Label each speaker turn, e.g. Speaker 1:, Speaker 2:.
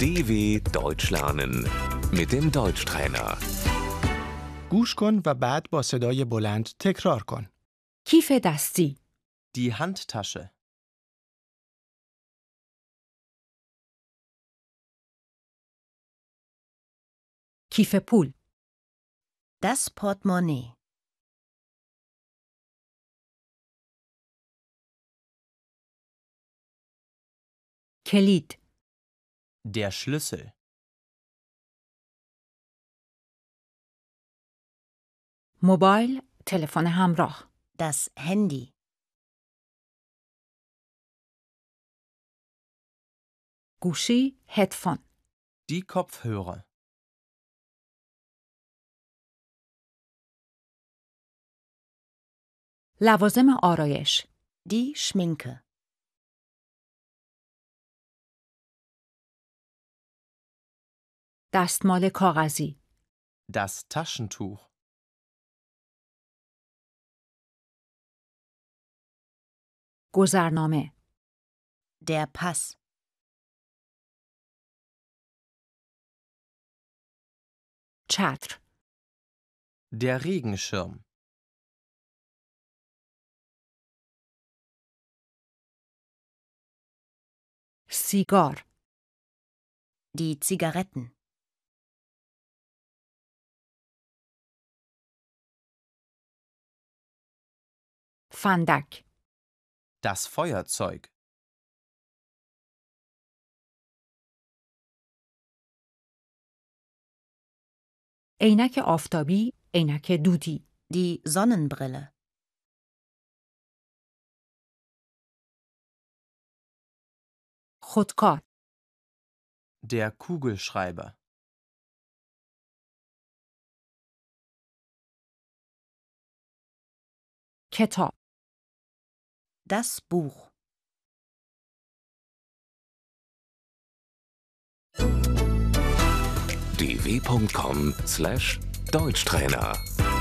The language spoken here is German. Speaker 1: DW Deutsch lernen mit dem Deutschtrainer.
Speaker 2: گوش کن و بعد با صدای بلند تکرار کن.
Speaker 3: کیف دستی
Speaker 4: Die Handtasche.
Speaker 3: کیف پول
Speaker 5: Das Portemonnaie.
Speaker 3: کلید
Speaker 4: Der Schlüssel.
Speaker 3: موبایل تلفن همراه
Speaker 5: Das Handy.
Speaker 3: گوشی هدفون
Speaker 4: Die Kopfhörer.
Speaker 3: لوازم آرایش
Speaker 5: Die Schminke.
Speaker 3: دستمال کاغذی
Speaker 4: Das Taschentuch.
Speaker 3: گذرنامه
Speaker 5: Der Pass.
Speaker 3: چتر
Speaker 4: Der Regenschirm.
Speaker 3: سیگار
Speaker 5: Die Zigaretten.
Speaker 3: فندک
Speaker 4: Das Feuerzeug.
Speaker 3: عینک آفتابی عینک دودی
Speaker 5: Die Sonnenbrille.
Speaker 3: خودکار
Speaker 4: Der Kugelschreiber.
Speaker 3: کتاب
Speaker 5: Das Buch.
Speaker 1: dw.com/deutschtrainer